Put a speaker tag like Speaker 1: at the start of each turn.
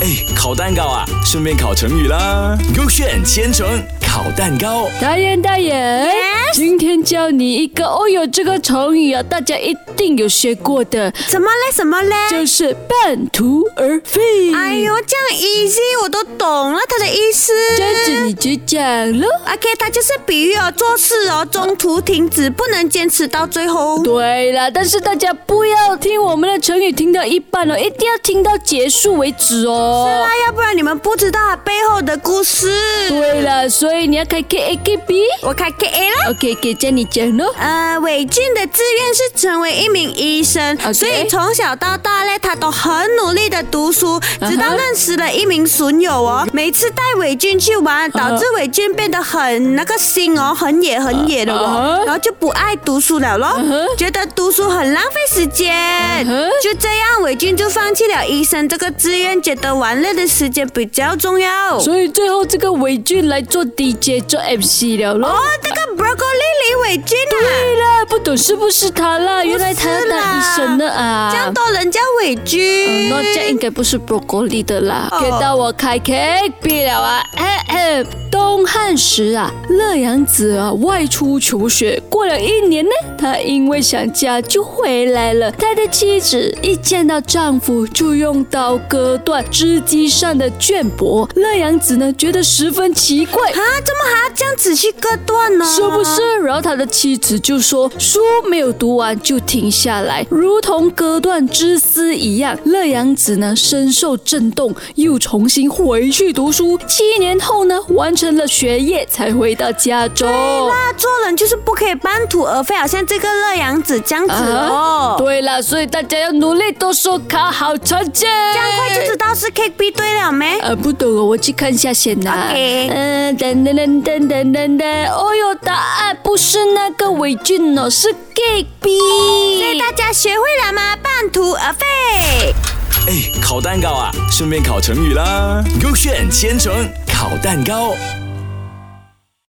Speaker 1: 哎，烤蛋糕啊，顺便烤成语啦。勾选千层烤蛋糕，
Speaker 2: 大人大人
Speaker 3: Yes？
Speaker 2: 今天教你一个哦哟，这个成语啊，大家一定有学过的，
Speaker 3: 怎么嘞？怎么嘞？
Speaker 2: 就是半途而废。
Speaker 3: 哎呦，这样 easy 我都懂了他的意思。
Speaker 2: 这样子你就讲了。
Speaker 3: OK，它就是比喻哦，做事哦，中途停止，不能坚持到最后。
Speaker 2: 对了，但是大家不要听我们的成语听到一半哦，一定要听到结束为止哦。
Speaker 3: 是啊，要不然你们不知道它背后的故事。
Speaker 2: 对了，所以你要开 K A K B。
Speaker 3: 我开 K A 啦。
Speaker 2: OK，给叫你讲咯。
Speaker 3: 呃，伟俊的志愿是成为一名医生
Speaker 2: OK
Speaker 3: 所以从小到大嘞，他都很努力的读书，
Speaker 2: 哼
Speaker 3: 直到认识了一名损友哦。
Speaker 2: Uh-huh
Speaker 3: 每次带伟俊去玩，导致伟俊变得很那个心哦，很野很野的
Speaker 2: 啊
Speaker 3: 哦
Speaker 2: 哈
Speaker 3: 然后就不爱读书了咯
Speaker 2: 哼
Speaker 3: 觉得读书很浪费时间
Speaker 2: 哼
Speaker 3: 就这样，伟俊就放弃了医生这个志愿，觉得玩乐的时间比较重要。
Speaker 2: 所以最后这个伟俊来做 DJ 做 MC 了咯。
Speaker 3: 哦，这个 broccoli 李伟俊啊。
Speaker 2: 对了，不懂是不是他啦？原来他要当医生的啊。
Speaker 3: 这样多人叫伟
Speaker 2: 嗯
Speaker 3: 俊。
Speaker 2: 那这样应该不是 broccoli 的啦，
Speaker 3: 哦
Speaker 2: 给到我开 K B 了啊！哎哎，东汉时啊，乐阳子啊外出求学，过了一年呢，他因为想家就回来了。他的妻子一见到丈夫就用刀割断织机上的绢帛，乐阳子呢觉得十分奇怪。
Speaker 3: 啊，怎么还要这样子去割断呢？
Speaker 2: 是不
Speaker 3: 啊
Speaker 2: 是？然后他的妻子就说书没有读完就停下来，如同割断之丝一样。乐阳子呢深受震动，又重新回去读书。七年后呢，完成了学业才回到家中。
Speaker 3: 那做人就是不可以半途而废，好啊像这个乐阳子这样子
Speaker 2: 啊
Speaker 3: 哦。
Speaker 2: 对了，所以大家要努力读书，考好成绩。这
Speaker 3: 这样快就知道是 K B 对了没？
Speaker 2: 呃，不懂哦，我去看一下先呐。
Speaker 3: OK
Speaker 2: 嗯，等等等等等等等，哦哟，答案不是那个伟俊哦，是 gay
Speaker 3: 哦所以
Speaker 2: B。
Speaker 3: 大家学会了吗？半途而废。
Speaker 1: 哎，烤蛋糕啊，顺便烤成语啦。勾选千层烤蛋糕。